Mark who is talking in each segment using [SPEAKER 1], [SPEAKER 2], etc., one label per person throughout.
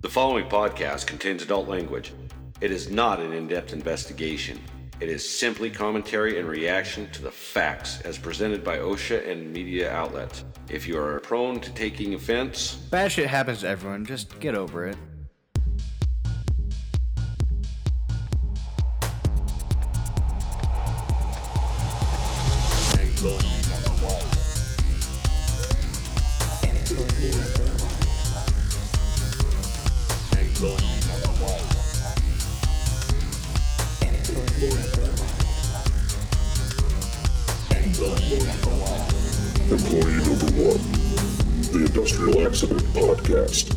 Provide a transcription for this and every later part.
[SPEAKER 1] The following podcast contains adult language. It is not an in depth investigation, it is simply commentary and reaction to the facts as presented by OSHA and media outlets. If you are prone to taking offense,
[SPEAKER 2] Bad shit happens to everyone. Just get over it.
[SPEAKER 3] Employee number one, the Industrial Accident Podcast.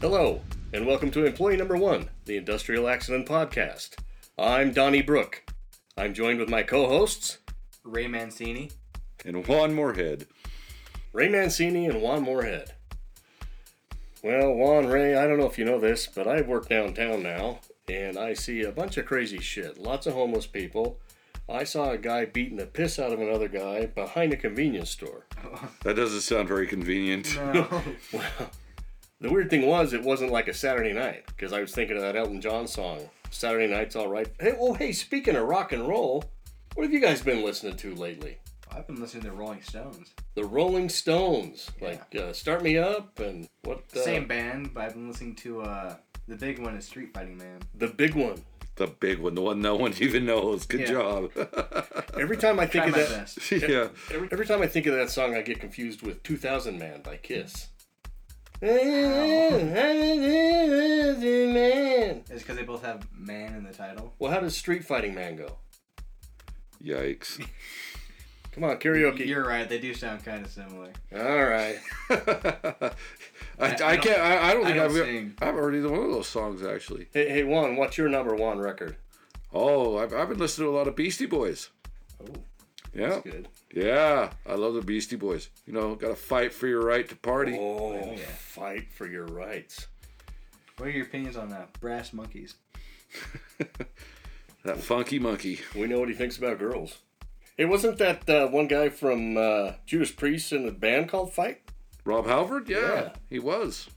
[SPEAKER 4] Hello, and welcome to Employee Number One, the Industrial Accident Podcast. I'm Donnie Brook. I'm joined with my co hosts,
[SPEAKER 5] Ray Mancini.
[SPEAKER 1] and Juan Moorhead.
[SPEAKER 4] Ray Mancini and Juan Moorhead. Well, Juan, Ray, I don't know if you know this, but I work downtown now, and I see a bunch of crazy shit. Lots of homeless people. I saw a guy beating the piss out of another guy behind a convenience store.
[SPEAKER 1] That doesn't sound very convenient.
[SPEAKER 4] The weird thing was, it wasn't like a Saturday night because I was thinking of that Elton John song, "Saturday Night's All Right." Hey, well, hey, speaking of rock and roll, what have you guys been listening to lately?
[SPEAKER 5] I've been listening to Rolling Stones.
[SPEAKER 4] The Rolling Stones, like uh, "Start Me Up" and what? Uh,
[SPEAKER 5] Same band, but I've been listening to uh, the big one is Street Fighting Man.
[SPEAKER 4] The big one.
[SPEAKER 6] The big one, the one no one even knows. Good
[SPEAKER 5] Yeah.
[SPEAKER 6] job.
[SPEAKER 4] Every time I think
[SPEAKER 5] Try
[SPEAKER 4] of
[SPEAKER 5] my
[SPEAKER 4] that,
[SPEAKER 5] best.
[SPEAKER 6] yeah.
[SPEAKER 4] every, every time I think of that song, I get confused with "2000 Man" by Kiss. 2000 Man.
[SPEAKER 5] It's because they both have man in the title.
[SPEAKER 4] Well, how does "Street Fighting Man" go?
[SPEAKER 6] Yikes.
[SPEAKER 4] Come on, karaoke.
[SPEAKER 5] You're right, they do sound kind of similar.
[SPEAKER 4] All right.
[SPEAKER 6] I, I,
[SPEAKER 5] I
[SPEAKER 6] can't. I, I don't
[SPEAKER 5] I
[SPEAKER 6] think
[SPEAKER 5] don't
[SPEAKER 6] I have
[SPEAKER 5] sing.
[SPEAKER 6] I've heard either one of those songs actually.
[SPEAKER 4] Hey, hey, Juan, what's your number one record?
[SPEAKER 6] Oh, I've, I've been listening to a lot of Beastie Boys.
[SPEAKER 5] Oh,
[SPEAKER 6] Yeah,
[SPEAKER 4] Good.
[SPEAKER 6] yeah. I love the Beastie Boys. You know, got to fight for your right to party.
[SPEAKER 4] Oh,
[SPEAKER 5] yeah.
[SPEAKER 4] fight for your rights.
[SPEAKER 5] What are your opinions on uh, Brass Monkeys?
[SPEAKER 6] That funky monkey.
[SPEAKER 4] We know what he thinks about girls. It wasn't that uh, one guy from uh, Judas Priest in the band called Fight.
[SPEAKER 6] Rob Halford. Yeah,
[SPEAKER 4] Yeah.
[SPEAKER 6] he was.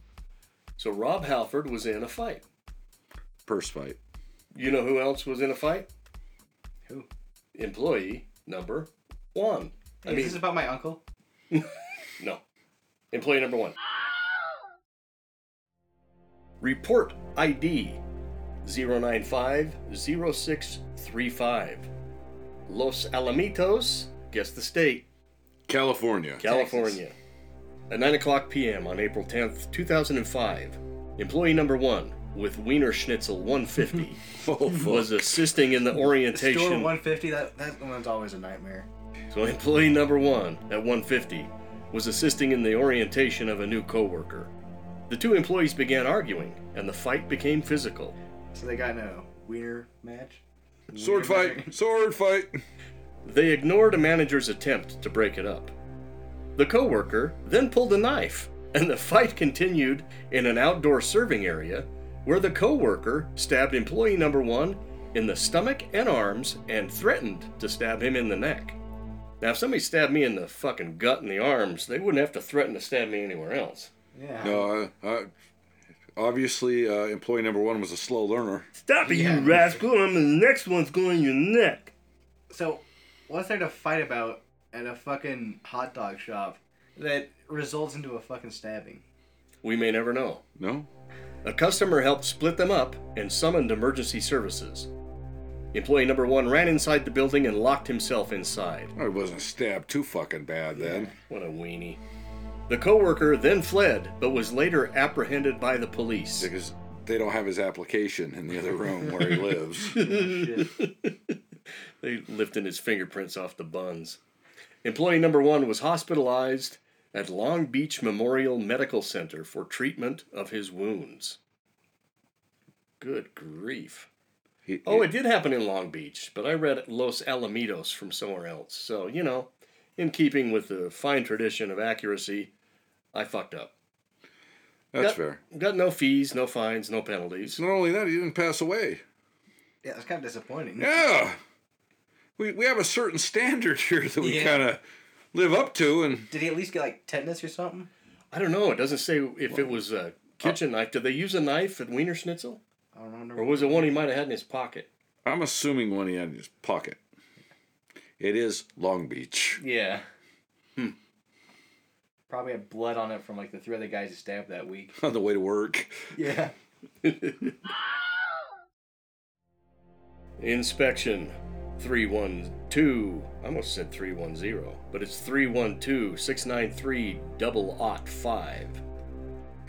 [SPEAKER 4] So Rob Halford was in a fight.
[SPEAKER 6] Purse fight.
[SPEAKER 4] You know who else was in a fight?
[SPEAKER 5] Who?
[SPEAKER 4] Employee number one. I
[SPEAKER 5] Hey,
[SPEAKER 4] mean,
[SPEAKER 5] is this about my uncle?
[SPEAKER 4] No. Employee number one. Report ID 0950635. Los Alamitos, guess the state,
[SPEAKER 6] California.
[SPEAKER 4] California. At 9 o'clock p.m. on April 10th, 2005, employee number one with Wiener Schnitzel 150
[SPEAKER 6] Oh, fuck.
[SPEAKER 4] was assisting in the
[SPEAKER 5] Store
[SPEAKER 4] orientation.
[SPEAKER 5] 150, that, that one's always a nightmare.
[SPEAKER 4] So employee number one at 150 was assisting in the orientation of a new coworker. The two employees began arguing, and the fight became physical.
[SPEAKER 5] So they got in a wiener match.
[SPEAKER 6] sword fight. Sword fight.
[SPEAKER 4] They ignored a manager's attempt to break it up. The coworker then pulled a knife, and the fight continued in an outdoor serving area where the coworker stabbed employee number 1 in the stomach and arms and threatened to stab him in the neck. Now, if somebody stabbed me in the fucking gut and the arms, they wouldn't have to threaten to stab me anywhere else.
[SPEAKER 5] Yeah.
[SPEAKER 6] No, I, I, Uh, obviously, uh, employee number one was a slow learner.
[SPEAKER 4] Stop it,
[SPEAKER 5] Yeah.
[SPEAKER 4] you rascal! I'm the next one's going in your neck.
[SPEAKER 5] So, what's there to fight about at a fucking hot dog shop that results into a fucking stabbing?
[SPEAKER 4] We may never know.
[SPEAKER 6] No?
[SPEAKER 4] A customer helped split them up and summoned emergency services. Employee number one ran inside the building and locked himself inside.
[SPEAKER 6] I wasn't stabbed too fucking bad then.
[SPEAKER 4] What a weenie. The coworker then fled, but was later apprehended by the police.
[SPEAKER 6] Because they don't have his application in the other room where he lives.
[SPEAKER 5] Shit.
[SPEAKER 4] They lifted his fingerprints off the buns. Employee number one was hospitalized at Long Beach Memorial Medical Center for treatment of his wounds. Good grief.
[SPEAKER 6] He,
[SPEAKER 4] Oh, it did happen in Long Beach, but I read Los Alamitos from somewhere else. So, you know, in keeping with the fine tradition of accuracy, I fucked up.
[SPEAKER 6] that's
[SPEAKER 4] Got-
[SPEAKER 6] fair.
[SPEAKER 4] Got no fees, no fines, no penalties.
[SPEAKER 6] Not only that, he didn't pass away.
[SPEAKER 5] Yeah, it's kind of disappointing.
[SPEAKER 6] Yeah. We, we have a certain standard here that we
[SPEAKER 5] Yeah.
[SPEAKER 6] kind of live up to, and
[SPEAKER 5] Did he at least get like tetanus or something?
[SPEAKER 4] I don't know. It doesn't say if it was a
[SPEAKER 6] uh,
[SPEAKER 4] kitchen knife. Did they use a knife at Wiener Schnitzel,
[SPEAKER 5] I don't remember.
[SPEAKER 4] or was it one he might have had in his pocket?
[SPEAKER 6] I'm assuming one he had in his pocket. It is Long Beach.
[SPEAKER 5] Yeah. Hmm. Probably had blood on it from like the three other guys he stabbed that week.
[SPEAKER 6] On the way to work.
[SPEAKER 5] Yeah.
[SPEAKER 4] Inspection 312. I almost said 310, but it's 312 693 5
[SPEAKER 6] Double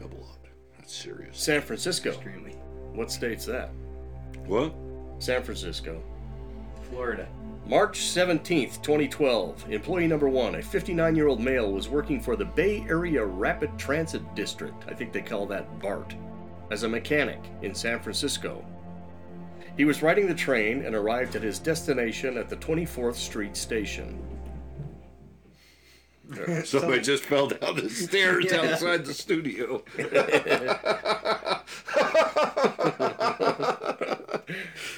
[SPEAKER 6] up. That's serious.
[SPEAKER 4] San Francisco.
[SPEAKER 5] Extremely.
[SPEAKER 4] What state's that?
[SPEAKER 6] What?
[SPEAKER 4] San Francisco.
[SPEAKER 5] Florida.
[SPEAKER 4] March 17th, 2012. Employee number one, a 59 year old male, was working for the Bay Area Rapid Transit District. I think they call that BART. As a mechanic in San Francisco. He was riding the train and arrived at his destination at the 24th Street Station.
[SPEAKER 6] Somebody just fell down the stairs outside the studio.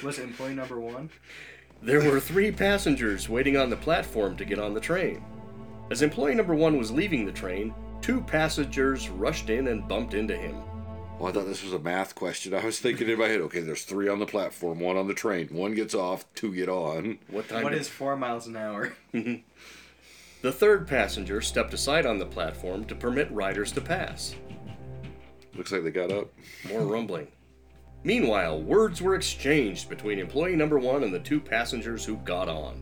[SPEAKER 5] Was it employee number one?
[SPEAKER 4] There were three passengers waiting on the platform to get on the train. As employee number one was leaving the train, two passengers rushed in and bumped into him.
[SPEAKER 6] Well, Oh, I thought this was a math question. I was thinking in my head, okay, there's three on the platform, one on the train, one gets off, two get on.
[SPEAKER 4] What time?
[SPEAKER 5] What
[SPEAKER 4] did-
[SPEAKER 5] is four miles an hour?
[SPEAKER 4] The third passenger stepped aside on the platform to permit riders to pass.
[SPEAKER 6] Looks like they got up.
[SPEAKER 4] More rumbling. Meanwhile, words were exchanged between employee number 1 and the two passengers who got on.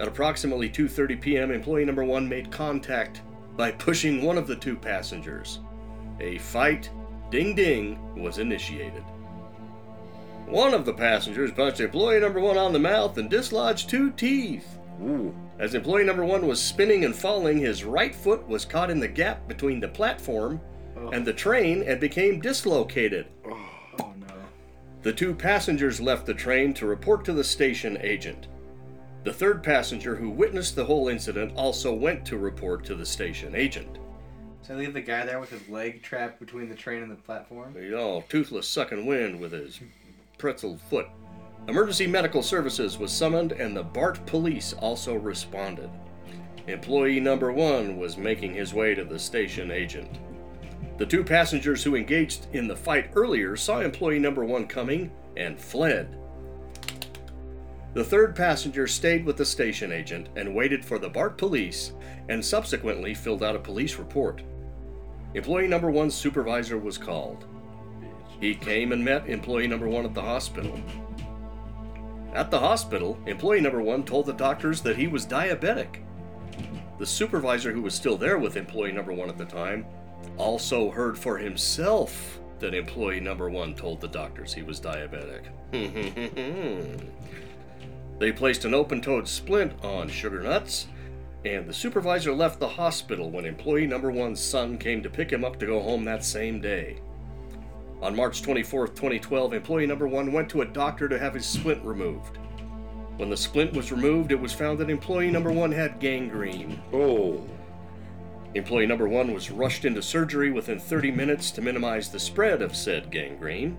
[SPEAKER 4] At approximately 2:30 p.m., employee number 1 made contact by pushing one of the two passengers. A fight, ding ding, was initiated. One of the passengers punched employee number 1 on the mouth and dislodged two teeth.
[SPEAKER 6] Ooh.
[SPEAKER 4] As employee number one was spinning and falling, his right foot was caught in the gap between the platform and the train and became dislocated.
[SPEAKER 5] Oh no.
[SPEAKER 4] The two passengers left the train to report to the station agent. The third passenger who witnessed the whole incident also went to report to the station agent.
[SPEAKER 5] So I leave the guy there with his leg trapped between the train and the platform.
[SPEAKER 4] You know, toothless sucking wind with his pretzel foot. Emergency medical services was summoned and the BART police also responded. Employee number one was making his way to the station agent. The two passengers who engaged in the fight earlier saw employee number one coming and fled. The third passenger stayed with the station agent and waited for the BART police and subsequently filled out a police report. Employee number one's supervisor was called. He came and met employee number one at the hospital. At the hospital, employee number one told the doctors that he was diabetic. The supervisor, who was still there with employee number one at the time, also heard for himself that employee number one told the doctors he was diabetic. they placed an open toed splint on Sugar Nuts and the supervisor left the hospital when employee number one's son came to pick him up to go home that same day. On March 24, 2012, employee number one went to a doctor to have his splint removed. When the splint was removed, it was found that employee number one had gangrene.
[SPEAKER 6] Oh.
[SPEAKER 4] Employee number one was rushed into surgery within 30 minutes to minimize the spread of said gangrene.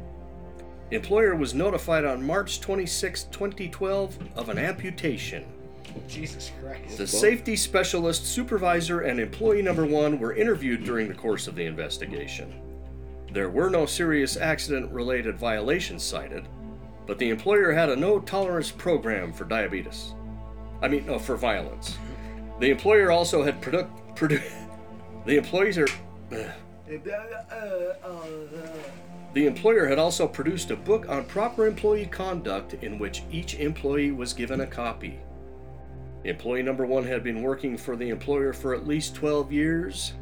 [SPEAKER 4] Employer was notified on March 26, 2012, of an amputation.
[SPEAKER 5] Jesus Christ.
[SPEAKER 4] The safety specialist, supervisor, and employee number one were interviewed during the course of the investigation. There were no serious accident related violations cited, but the employer had a no tolerance program for diabetes. I mean, no, for violence. The employer also had product. produ- the employees are.
[SPEAKER 5] uh,
[SPEAKER 4] The employer had also produced a book on proper employee conduct in which each employee was given a copy. Employee number one had been working for the employer for at least 12 years.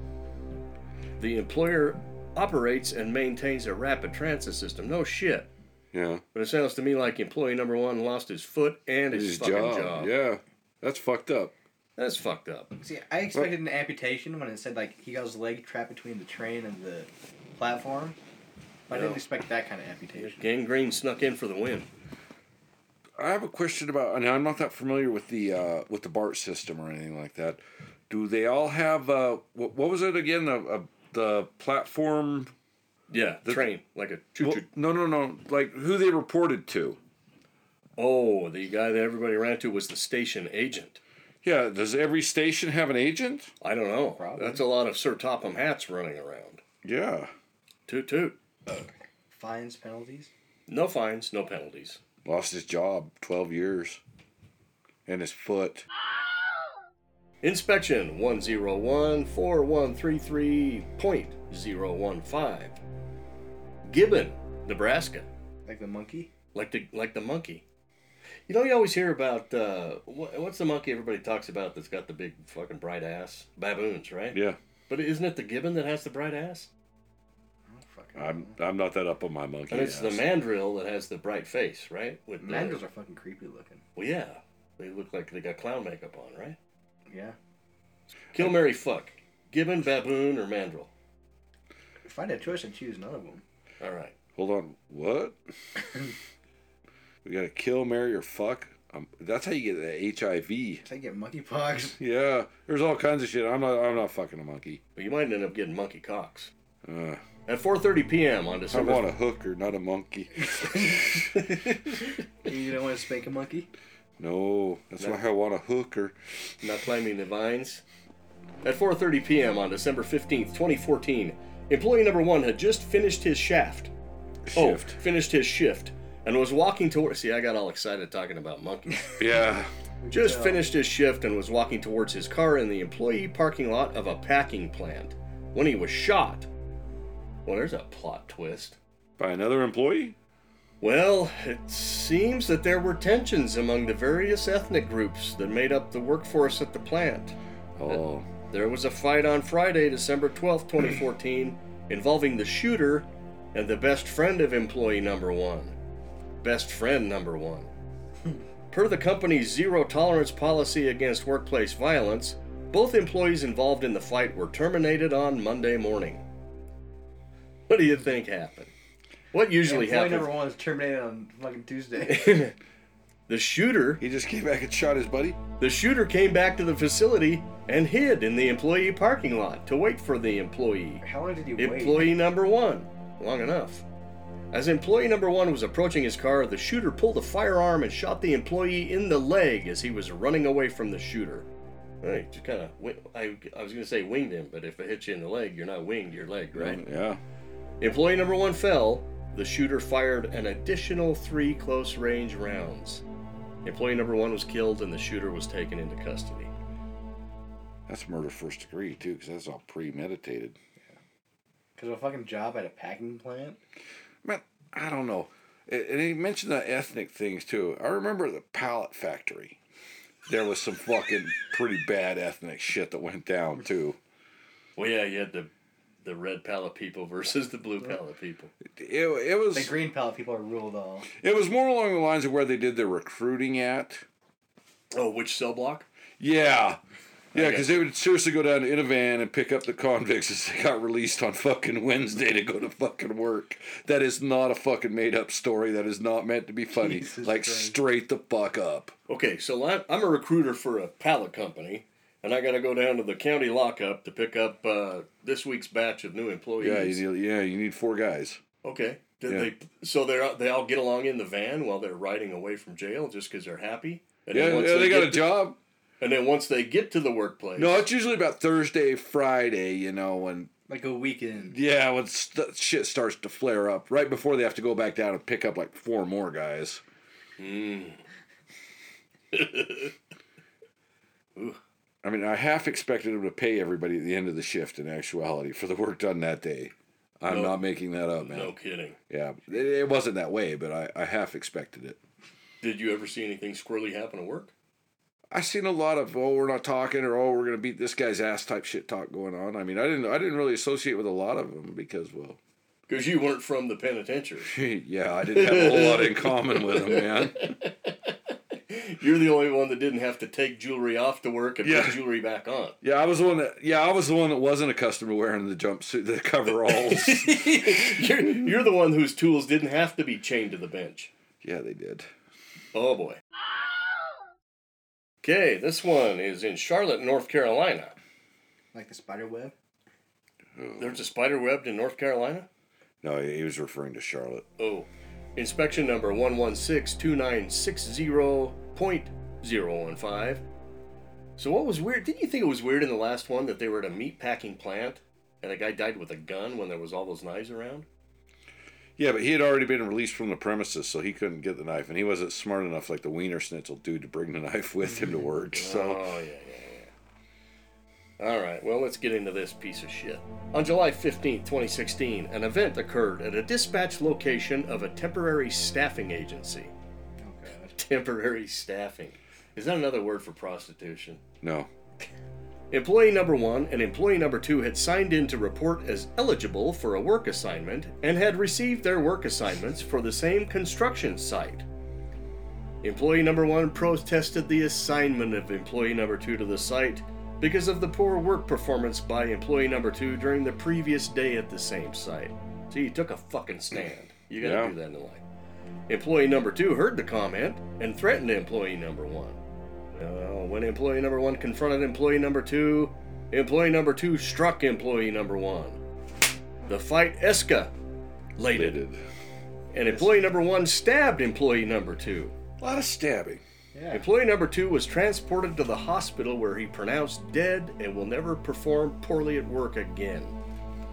[SPEAKER 4] The employer operates and maintains a rapid transit system. No shit.
[SPEAKER 6] Yeah.
[SPEAKER 4] But it sounds to me like employee number one lost his foot and his,
[SPEAKER 6] His
[SPEAKER 4] fucking
[SPEAKER 6] job.
[SPEAKER 4] job.
[SPEAKER 6] Yeah. That's fucked up.
[SPEAKER 4] That's fucked up.
[SPEAKER 5] See, I expected an amputation when it said like he got his leg trapped between the train and the platform. But I didn't
[SPEAKER 4] Yeah.
[SPEAKER 5] expect that kind of amputation.
[SPEAKER 4] Gangrene snuck in for the win.
[SPEAKER 6] I have a question about. Now I'm not that familiar with the uh, with the BART system or anything like that. Do they all have uh, what, what was it again? The uh, the platform?
[SPEAKER 4] Yeah, the train. Like a choo
[SPEAKER 6] Well,
[SPEAKER 4] choo.
[SPEAKER 6] no, no, no. Like who they reported to?
[SPEAKER 4] Oh, the guy that everybody ran to was the station agent.
[SPEAKER 6] Yeah, does every station have an agent?
[SPEAKER 4] I don't know. That's a lot of Sir Topham hats running around.
[SPEAKER 6] Yeah.
[SPEAKER 4] Toot toot.
[SPEAKER 5] Fines, penalties.
[SPEAKER 4] No fines, no penalties.
[SPEAKER 6] Lost his job 12 years and his foot.
[SPEAKER 4] Inspection 101 4133.015. Gibbon, Nebraska.
[SPEAKER 5] Like the monkey.
[SPEAKER 4] Like the, like the monkey. You know, you always hear about uh, what, what's the monkey everybody talks about that's got the big fucking bright ass? Baboons, right?
[SPEAKER 6] Yeah.
[SPEAKER 4] But isn't it the gibbon that has the bright ass?
[SPEAKER 6] I'm I'm not that up on my monkey.
[SPEAKER 4] And it's the
[SPEAKER 6] ass.
[SPEAKER 4] mandrill that has the bright face, right? With the-
[SPEAKER 5] Mandrills are fucking creepy looking.
[SPEAKER 4] Well, yeah. They look like they got clown makeup on, right?
[SPEAKER 5] Yeah.
[SPEAKER 4] Kill, Mary, fuck. Gibbon, baboon, or mandrill?
[SPEAKER 5] If I had a choice, I'd choose none of them.
[SPEAKER 4] All right.
[SPEAKER 6] Hold on. What? we got to kill, marry, or fuck? Um, that's how you get the HIV.
[SPEAKER 5] If I get monkeypox,
[SPEAKER 6] Yeah. There's all kinds of shit. I'm not I'm not fucking a monkey.
[SPEAKER 4] But you might end up getting monkey cocks.
[SPEAKER 6] Uh,
[SPEAKER 4] At 4.30 p.m. on
[SPEAKER 6] I
[SPEAKER 4] December...
[SPEAKER 6] want a hooker, not a monkey.
[SPEAKER 5] you don't want to spank a monkey.
[SPEAKER 6] No, that's why I want a hooker.
[SPEAKER 4] Not climbing the vines. At 4:30 p.m. on December 15th, 2014, employee number 1 had just finished his shaft.
[SPEAKER 6] Shift.
[SPEAKER 4] Oh, finished his shift and was walking towards See, I got all excited talking about monkeys.
[SPEAKER 6] Yeah.
[SPEAKER 4] just finished his shift and was walking towards his car in the employee parking lot of a packing plant when he was shot. Well, there's a plot twist.
[SPEAKER 6] By another employee?
[SPEAKER 4] Well, it seems that there were tensions among the various ethnic groups that made up the workforce at the plant.
[SPEAKER 6] Oh.
[SPEAKER 4] There was a fight on Friday, December 12, 2014, involving the shooter and the best friend of employee number one. Best friend number one. per the company's zero tolerance policy against workplace violence, both employees involved in the fight were terminated on Monday morning. What do you think happened? What usually
[SPEAKER 5] Employee number
[SPEAKER 4] happens?
[SPEAKER 5] one is terminated on fucking Tuesday.
[SPEAKER 4] The shooter
[SPEAKER 6] He just came back and shot his buddy?
[SPEAKER 4] The shooter came back to the facility and hid in the employee parking lot to wait for the employee.
[SPEAKER 5] How long did you wait?
[SPEAKER 4] Employee number one. Long enough. As employee number one was approaching his car, the shooter pulled a firearm and shot the employee in the leg as he was running away from the shooter. Right, just kind of. I, I was going to say winged him, but if it hits you in the leg, you're not winged, you're leg, right?
[SPEAKER 6] Yeah.
[SPEAKER 4] Employee number one fell. The shooter fired an additional three close range rounds. Employee number one was killed, and the shooter was taken into custody.
[SPEAKER 6] That's murder first degree, too, because that's all premeditated.
[SPEAKER 5] Because of a fucking job at a packing plant.
[SPEAKER 6] Man, I don't know. A- And he mentioned the ethnic things, too. I remember the pallet factory. There was some fucking pretty bad ethnic shit that went down, too.
[SPEAKER 4] Well, yeah, you had the the red pallet people versus the blue pallet people.
[SPEAKER 6] It, it
[SPEAKER 5] The
[SPEAKER 6] was
[SPEAKER 5] green pallet people are ruled all.
[SPEAKER 6] it was more along the lines of where they did their recruiting at.
[SPEAKER 4] Oh, which cell block?
[SPEAKER 6] Yeah. Yeah,
[SPEAKER 4] Okay.
[SPEAKER 6] because they would seriously go down to Inavan and pick up the convicts as they got released on fucking Wednesday to go to fucking work. That is not a fucking made up story. That is not meant to be funny.
[SPEAKER 5] Jesus
[SPEAKER 6] like,
[SPEAKER 5] Christ.
[SPEAKER 6] straight the fuck up.
[SPEAKER 4] Okay, so I- I'm a recruiter for a pallet company, and I got to go down to the county lockup to pick up uh, this week's batch of new employees.
[SPEAKER 6] Yeah, you need, yeah, you need four guys.
[SPEAKER 4] okay. Did
[SPEAKER 6] Yeah.
[SPEAKER 4] they? So they they all get along in the van while they're riding away from jail just because they're happy. And
[SPEAKER 6] Yeah,
[SPEAKER 4] then once
[SPEAKER 6] yeah, they got
[SPEAKER 4] get
[SPEAKER 6] a
[SPEAKER 4] to-
[SPEAKER 6] job.
[SPEAKER 4] And then once they get to the workplace,
[SPEAKER 6] No, it's usually about Thursday, Friday, you know, when,
[SPEAKER 5] Like a weekend.
[SPEAKER 6] yeah, when st- shit starts to flare up, right before they have to go back down and pick up like four more guys. I mean, I half expected him to pay everybody at the end of the shift in actuality for the work done that day. I'm
[SPEAKER 4] No.
[SPEAKER 6] not making that up, man.
[SPEAKER 4] no kidding.
[SPEAKER 6] Yeah, it, it wasn't that way, but I, I half expected it.
[SPEAKER 4] Did you ever see anything squirrely happen at work?
[SPEAKER 6] I seen a lot of oh we're not talking or oh we're gonna beat this guy's ass type shit talk going on. I mean, I didn't I didn't really associate with a lot of them because well,
[SPEAKER 4] Because you weren't from the penitentiary.
[SPEAKER 6] yeah, I didn't have a whole lot in common with them, man.
[SPEAKER 4] You're the only one that didn't have to take jewelry off to work and
[SPEAKER 6] Yeah.
[SPEAKER 4] put jewelry back on.
[SPEAKER 6] Yeah, I was the one that yeah I was the one that wasn't accustomed to wearing the jumpsuit, the coveralls.
[SPEAKER 4] You're, you're the one whose tools didn't have to be chained to the bench.
[SPEAKER 6] yeah, they did.
[SPEAKER 4] Oh boy. Okay, this one is in Charlotte, North Carolina.
[SPEAKER 5] Like the spider web.
[SPEAKER 4] There's a spider webbed in North Carolina?
[SPEAKER 6] No, he was referring to Charlotte.
[SPEAKER 4] Oh. Inspection number 1162960.015. So what was weird? Didn't you think it was weird in the last one that they were at a meat packing plant and a guy died with a gun when there was all those knives around?
[SPEAKER 6] Yeah, but he had already been released from the premises, so he couldn't get the knife, and he wasn't smart enough, like the Wiener Schnitzel dude, to bring the knife with
[SPEAKER 4] Mm,
[SPEAKER 6] him to work. So
[SPEAKER 4] Oh, yeah, yeah, yeah. All right, well, let's get into this piece of shit. On July 15, 2016, an event occurred at a dispatch location of a temporary staffing agency.
[SPEAKER 5] Oh, God.
[SPEAKER 4] Temporary staffing. Is that another word for prostitution?
[SPEAKER 6] no,
[SPEAKER 4] Employee number one and employee number two had signed in to report as eligible for a work assignment and had received their work assignments for the same construction site. Employee number one protested the assignment of employee number two to the site because of the poor work performance by employee number two during the previous day at the same site. So you took a fucking stand. You gotta
[SPEAKER 6] Yeah.
[SPEAKER 4] do that in life. Employee number two heard the comment and threatened employee number one. Uh, when employee number one confronted employee number two, employee number two struck employee number one. The fight escalated,
[SPEAKER 6] they did.
[SPEAKER 4] and employee number one stabbed employee number two.
[SPEAKER 6] A lot of stabbing.
[SPEAKER 5] Yeah.
[SPEAKER 4] Employee number two was transported to the hospital where he pronounced dead and will never perform poorly at work again.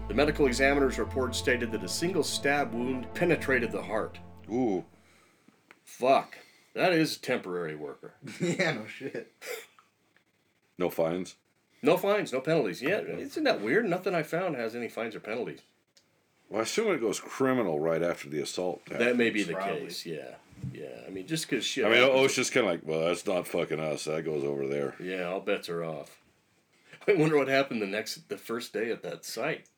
[SPEAKER 4] The medical examiner's report stated that a single stab wound penetrated the heart.
[SPEAKER 6] Ooh,
[SPEAKER 4] Fuck. That is a temporary worker.
[SPEAKER 5] yeah, no shit.
[SPEAKER 6] no fines.
[SPEAKER 4] No fines, no penalties. Yeah, isn't that weird? Nothing I found has any fines or penalties.
[SPEAKER 6] Well, I assume it goes criminal right after the assault.
[SPEAKER 4] That may be the
[SPEAKER 5] Probably.
[SPEAKER 4] case. Yeah, yeah. I mean, just because shit.
[SPEAKER 6] I mean, oh,
[SPEAKER 4] happens-
[SPEAKER 6] OSHA's kind of like, well, that's not fucking us. That goes over there.
[SPEAKER 4] Yeah, all bets are off. I wonder what happened the next, the first day at that site.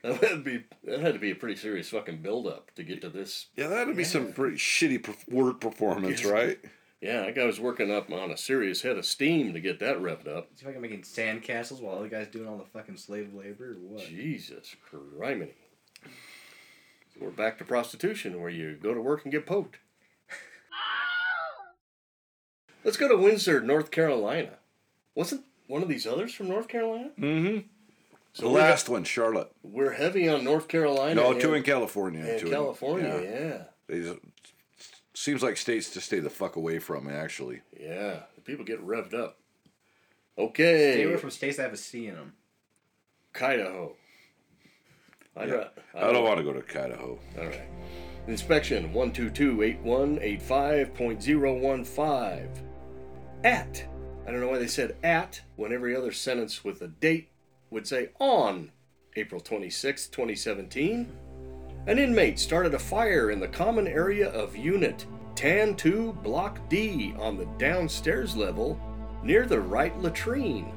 [SPEAKER 4] That would be that had to be a pretty serious fucking buildup to get to this.
[SPEAKER 6] Yeah, that'd be some pretty shitty perf- work performance, right?
[SPEAKER 4] Yeah, that guy was working up on a serious head of steam to get that revved up.
[SPEAKER 5] He's fucking making sandcastles while other guys doing all the fucking slave labor or what?
[SPEAKER 4] Jesus criminy! So we're back to prostitution, where you go to work and get poked. Let's go to Windsor, North Carolina. Wasn't one of these others from North Carolina?
[SPEAKER 6] Mm-hmm.
[SPEAKER 4] So
[SPEAKER 6] The
[SPEAKER 4] we're-
[SPEAKER 6] last one, Charlotte.
[SPEAKER 4] We're heavy on North Carolina.
[SPEAKER 6] No,
[SPEAKER 4] and-
[SPEAKER 6] two in California.
[SPEAKER 4] and
[SPEAKER 6] two in-
[SPEAKER 4] California,
[SPEAKER 6] yeah.
[SPEAKER 4] yeah.
[SPEAKER 6] They just, seems like states to stay the fuck away from. Actually,
[SPEAKER 4] yeah, The People get revved up. Okay,
[SPEAKER 5] Stay away from states that have a C in them.
[SPEAKER 4] Idaho. I'd ra- I'd
[SPEAKER 6] I
[SPEAKER 4] ra-
[SPEAKER 6] don't want to go to Idaho.
[SPEAKER 4] All right. Inspection 1228185.015. At. I don't know why they said at when every other sentence with a date would say on April 26, 2017. An inmate started a fire in the common area of Unit Tan 2 Block D on the downstairs level near the right latrine.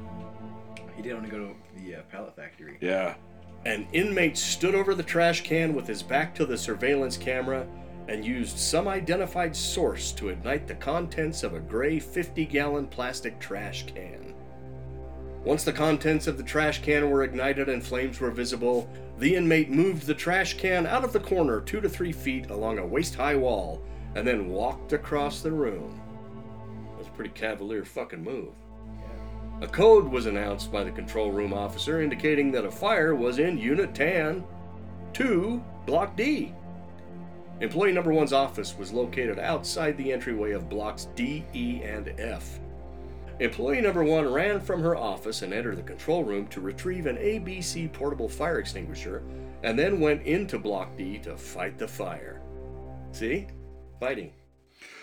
[SPEAKER 5] He did want to go to the uh, pallet factory.
[SPEAKER 6] Yeah,
[SPEAKER 4] An inmate stood over the trash can with his back to the surveillance camera and used some identified source to ignite the contents of a gray 50 gallon plastic trash can. Once the contents of the trash can were ignited and flames were visible, the inmate moved the trash can out of the corner two to three feet along a waist high wall and then walked across the room. That's a pretty cavalier fucking move. A code was announced by the control room officer indicating that a fire was in Unit Tan 2, Block D. Employee number one's office was located outside the entryway of blocks D, E, and F. Employee number one ran from her office and entered the control room to retrieve an ABC portable fire extinguisher and then went into Block D to fight the fire. See? Fighting.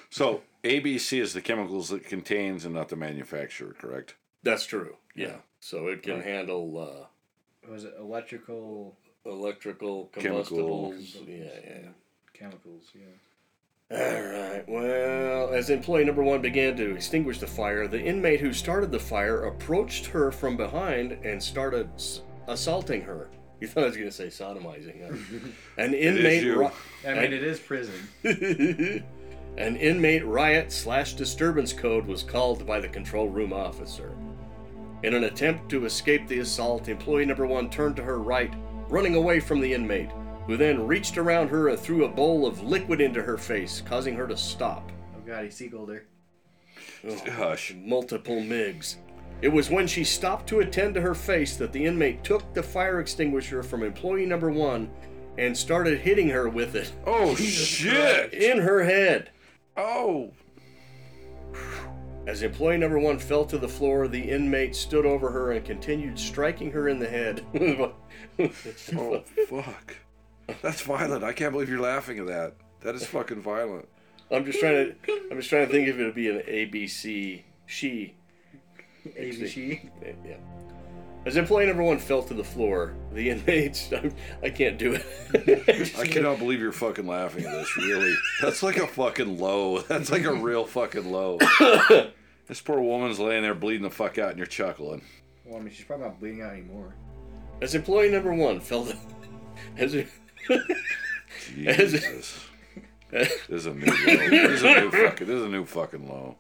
[SPEAKER 6] So ABC is the chemicals it contains and not the manufacturer, correct?
[SPEAKER 4] That's true. Yeah. So it can handle. Uh,
[SPEAKER 5] Was it electrical
[SPEAKER 4] electrical
[SPEAKER 6] Chemical.
[SPEAKER 4] combustibles. Yeah,
[SPEAKER 5] chemicals? Yeah.
[SPEAKER 4] yeah. All right. Well, as employee number one began to extinguish the fire, the inmate who started the fire approached her from behind and started s- assaulting her. You thought I was going to say sodomizing. huh? An inmate.
[SPEAKER 6] you.
[SPEAKER 4] ro-
[SPEAKER 5] I mean, it is prison.
[SPEAKER 4] An inmate riot slash disturbance code was called by the control room officer. In an attempt to escape the assault, employee number one turned to her right, running away from the inmate, who then reached around her and threw a bowl of liquid into her face, causing her to stop.
[SPEAKER 5] Oh god, he seagulled her.
[SPEAKER 6] Hush.
[SPEAKER 4] Multiple MIGs. It was when she stopped to attend to her face that the inmate took the fire extinguisher from employee number one and started hitting her with it
[SPEAKER 6] Oh shit!
[SPEAKER 4] in her head.
[SPEAKER 6] Oh,
[SPEAKER 4] As employee number one fell to the floor, the inmate stood over her and continued striking her in the head.
[SPEAKER 6] Oh fuck. That's violent. I can't believe you're laughing at that. That is fucking violent.
[SPEAKER 4] I'm just trying to. I'm just trying to think if it'll be an ABC she
[SPEAKER 5] ABC.
[SPEAKER 4] Yeah, Yeah. As employee number one fell to the floor, the inmates. I'm, I can't do it.
[SPEAKER 6] I cannot believe you're fucking laughing at this, really. That's like a fucking low. That's like a real fucking low. this poor woman's laying there bleeding the fuck out and you're chuckling.
[SPEAKER 5] Well, I mean, she's probably not bleeding out anymore.
[SPEAKER 4] As employee number one fell to. As,
[SPEAKER 6] Jesus. This is a new low. This is a new fucking, this is a new fucking low.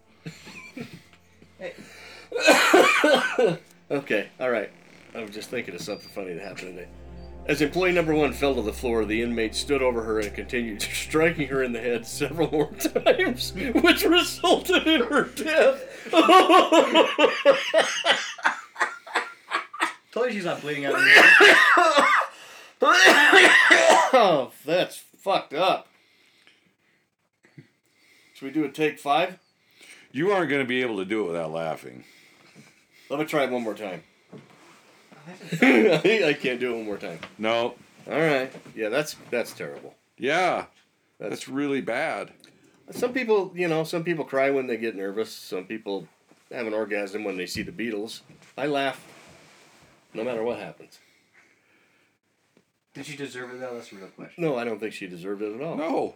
[SPEAKER 4] okay, all right. I was just thinking of something funny that happened today. As employee number one fell to the floor, the inmate stood over her and continued striking her in the head several more times, which resulted in her death.
[SPEAKER 5] Told you she's not bleeding out anymore.
[SPEAKER 4] Oh, that's fucked up. Should we do a take five?
[SPEAKER 6] You aren't going to be able to do it without laughing.
[SPEAKER 4] Let me try it one more time. I can't do it one more time.
[SPEAKER 6] No.
[SPEAKER 4] All right. Yeah, that's that's terrible.
[SPEAKER 6] Yeah. That's, really bad.
[SPEAKER 4] Some people, you know, some people cry when they get nervous. Some people have an orgasm when they see the Beatles. I laugh, no matter what happens.
[SPEAKER 5] Did she deserve it though? That's a real question.
[SPEAKER 4] No, I don't think she deserved it at all.
[SPEAKER 6] No.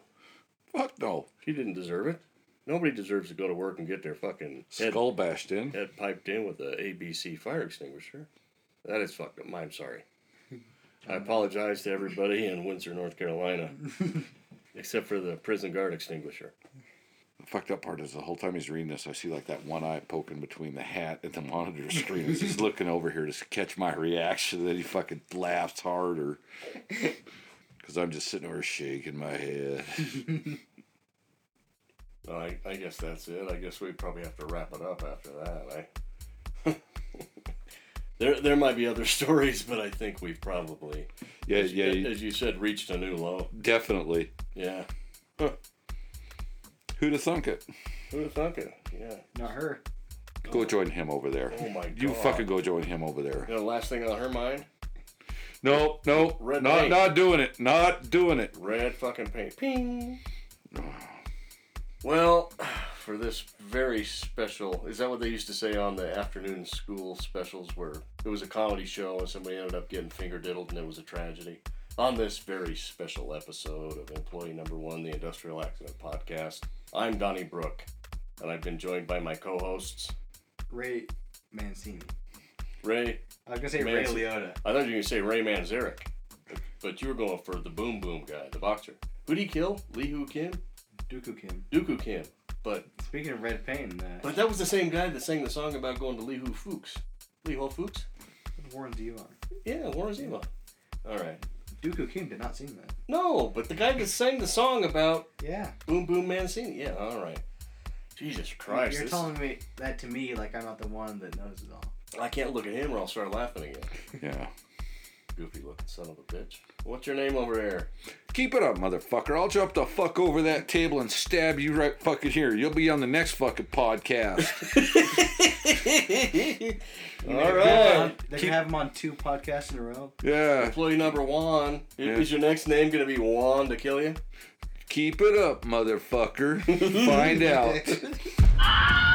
[SPEAKER 6] Fuck no.
[SPEAKER 4] She didn't deserve it. Nobody deserves to go to work and get their fucking head,
[SPEAKER 6] Skull bashed in.
[SPEAKER 4] head piped in with a ABC fire extinguisher. That is fucked up. I'm sorry. I apologize to everybody in Windsor, North Carolina, except for the prison guard extinguisher.
[SPEAKER 6] The fucked up part is the whole time he's reading this, I see like that one eye poking between the hat and the monitor screen. as he's looking over here to s- catch my reaction. Then he fucking laughs harder. Because I'm just sitting over shaking my head.
[SPEAKER 4] Well, I, I guess that's it. I guess we probably have to wrap it up after that. I there there might be other stories, but I think we've probably
[SPEAKER 6] Yeah,
[SPEAKER 4] as,
[SPEAKER 6] yeah, you-
[SPEAKER 4] as you said reached a new low.
[SPEAKER 6] definitely.
[SPEAKER 4] Yeah,
[SPEAKER 6] Who'd have thunk it?
[SPEAKER 4] who'd have thunk it? Yeah.
[SPEAKER 5] Not her.
[SPEAKER 6] Go join him over there.
[SPEAKER 4] Oh my
[SPEAKER 6] You
[SPEAKER 4] God.
[SPEAKER 6] fucking go join him over there.
[SPEAKER 4] You know, last thing on her mind,
[SPEAKER 6] No, no,
[SPEAKER 4] Red
[SPEAKER 6] not
[SPEAKER 4] light.
[SPEAKER 6] not doing it. Not doing it.
[SPEAKER 4] red fucking paint. Ping. Well, for this very special, is that what they used to say on the afternoon school specials where it was a comedy show and somebody ended up getting finger diddled and it was a tragedy? On this very special episode of Employee Number One, the Industrial Accident Podcast, I'm Donnie Brook, and I've been joined by my co hosts,
[SPEAKER 5] Ray Mancini.
[SPEAKER 4] Ray.
[SPEAKER 5] I was gonna say
[SPEAKER 4] Mancini.
[SPEAKER 5] Ray Liotta.
[SPEAKER 4] I thought you were going to say Ray Manzarek, but you were going for the boom boom guy, the boxer. Who'd he kill? Lee Hoo Kim?
[SPEAKER 5] Dooku Kim.
[SPEAKER 4] Dooku Kim. But
[SPEAKER 5] Speaking of Red Pain, uh,
[SPEAKER 4] But that was the same guy that sang the song about going to Lee Who Fuchs. Lee Ho Fuchs?
[SPEAKER 5] Warren Zevon.
[SPEAKER 4] Yeah, Warren Zevon. All right.
[SPEAKER 5] Dooku Kim did not sing that.
[SPEAKER 4] No, but the guy that sang the song about
[SPEAKER 5] Yeah.
[SPEAKER 4] Boom Boom Mancini. Yeah, all right. Jesus Christ.
[SPEAKER 5] You're
[SPEAKER 4] this-
[SPEAKER 5] telling me that to me like I'm not the one that knows it all.
[SPEAKER 4] I can't look at him or I'll start laughing again.
[SPEAKER 6] Yeah.
[SPEAKER 4] Goofy looking son of a bitch. What's your name over there?
[SPEAKER 6] Keep it up, motherfucker. I'll jump the fuck over that table and stab you right fucking here. You'll be on the next fucking podcast.
[SPEAKER 4] all
[SPEAKER 5] They're
[SPEAKER 4] right.
[SPEAKER 5] gonna have him on two podcasts in a row.
[SPEAKER 6] Yeah.
[SPEAKER 4] Employee number one. I-
[SPEAKER 6] Yeah.
[SPEAKER 4] Is your next name going to be Juan to kill you?
[SPEAKER 6] Keep it up, motherfucker. Find out.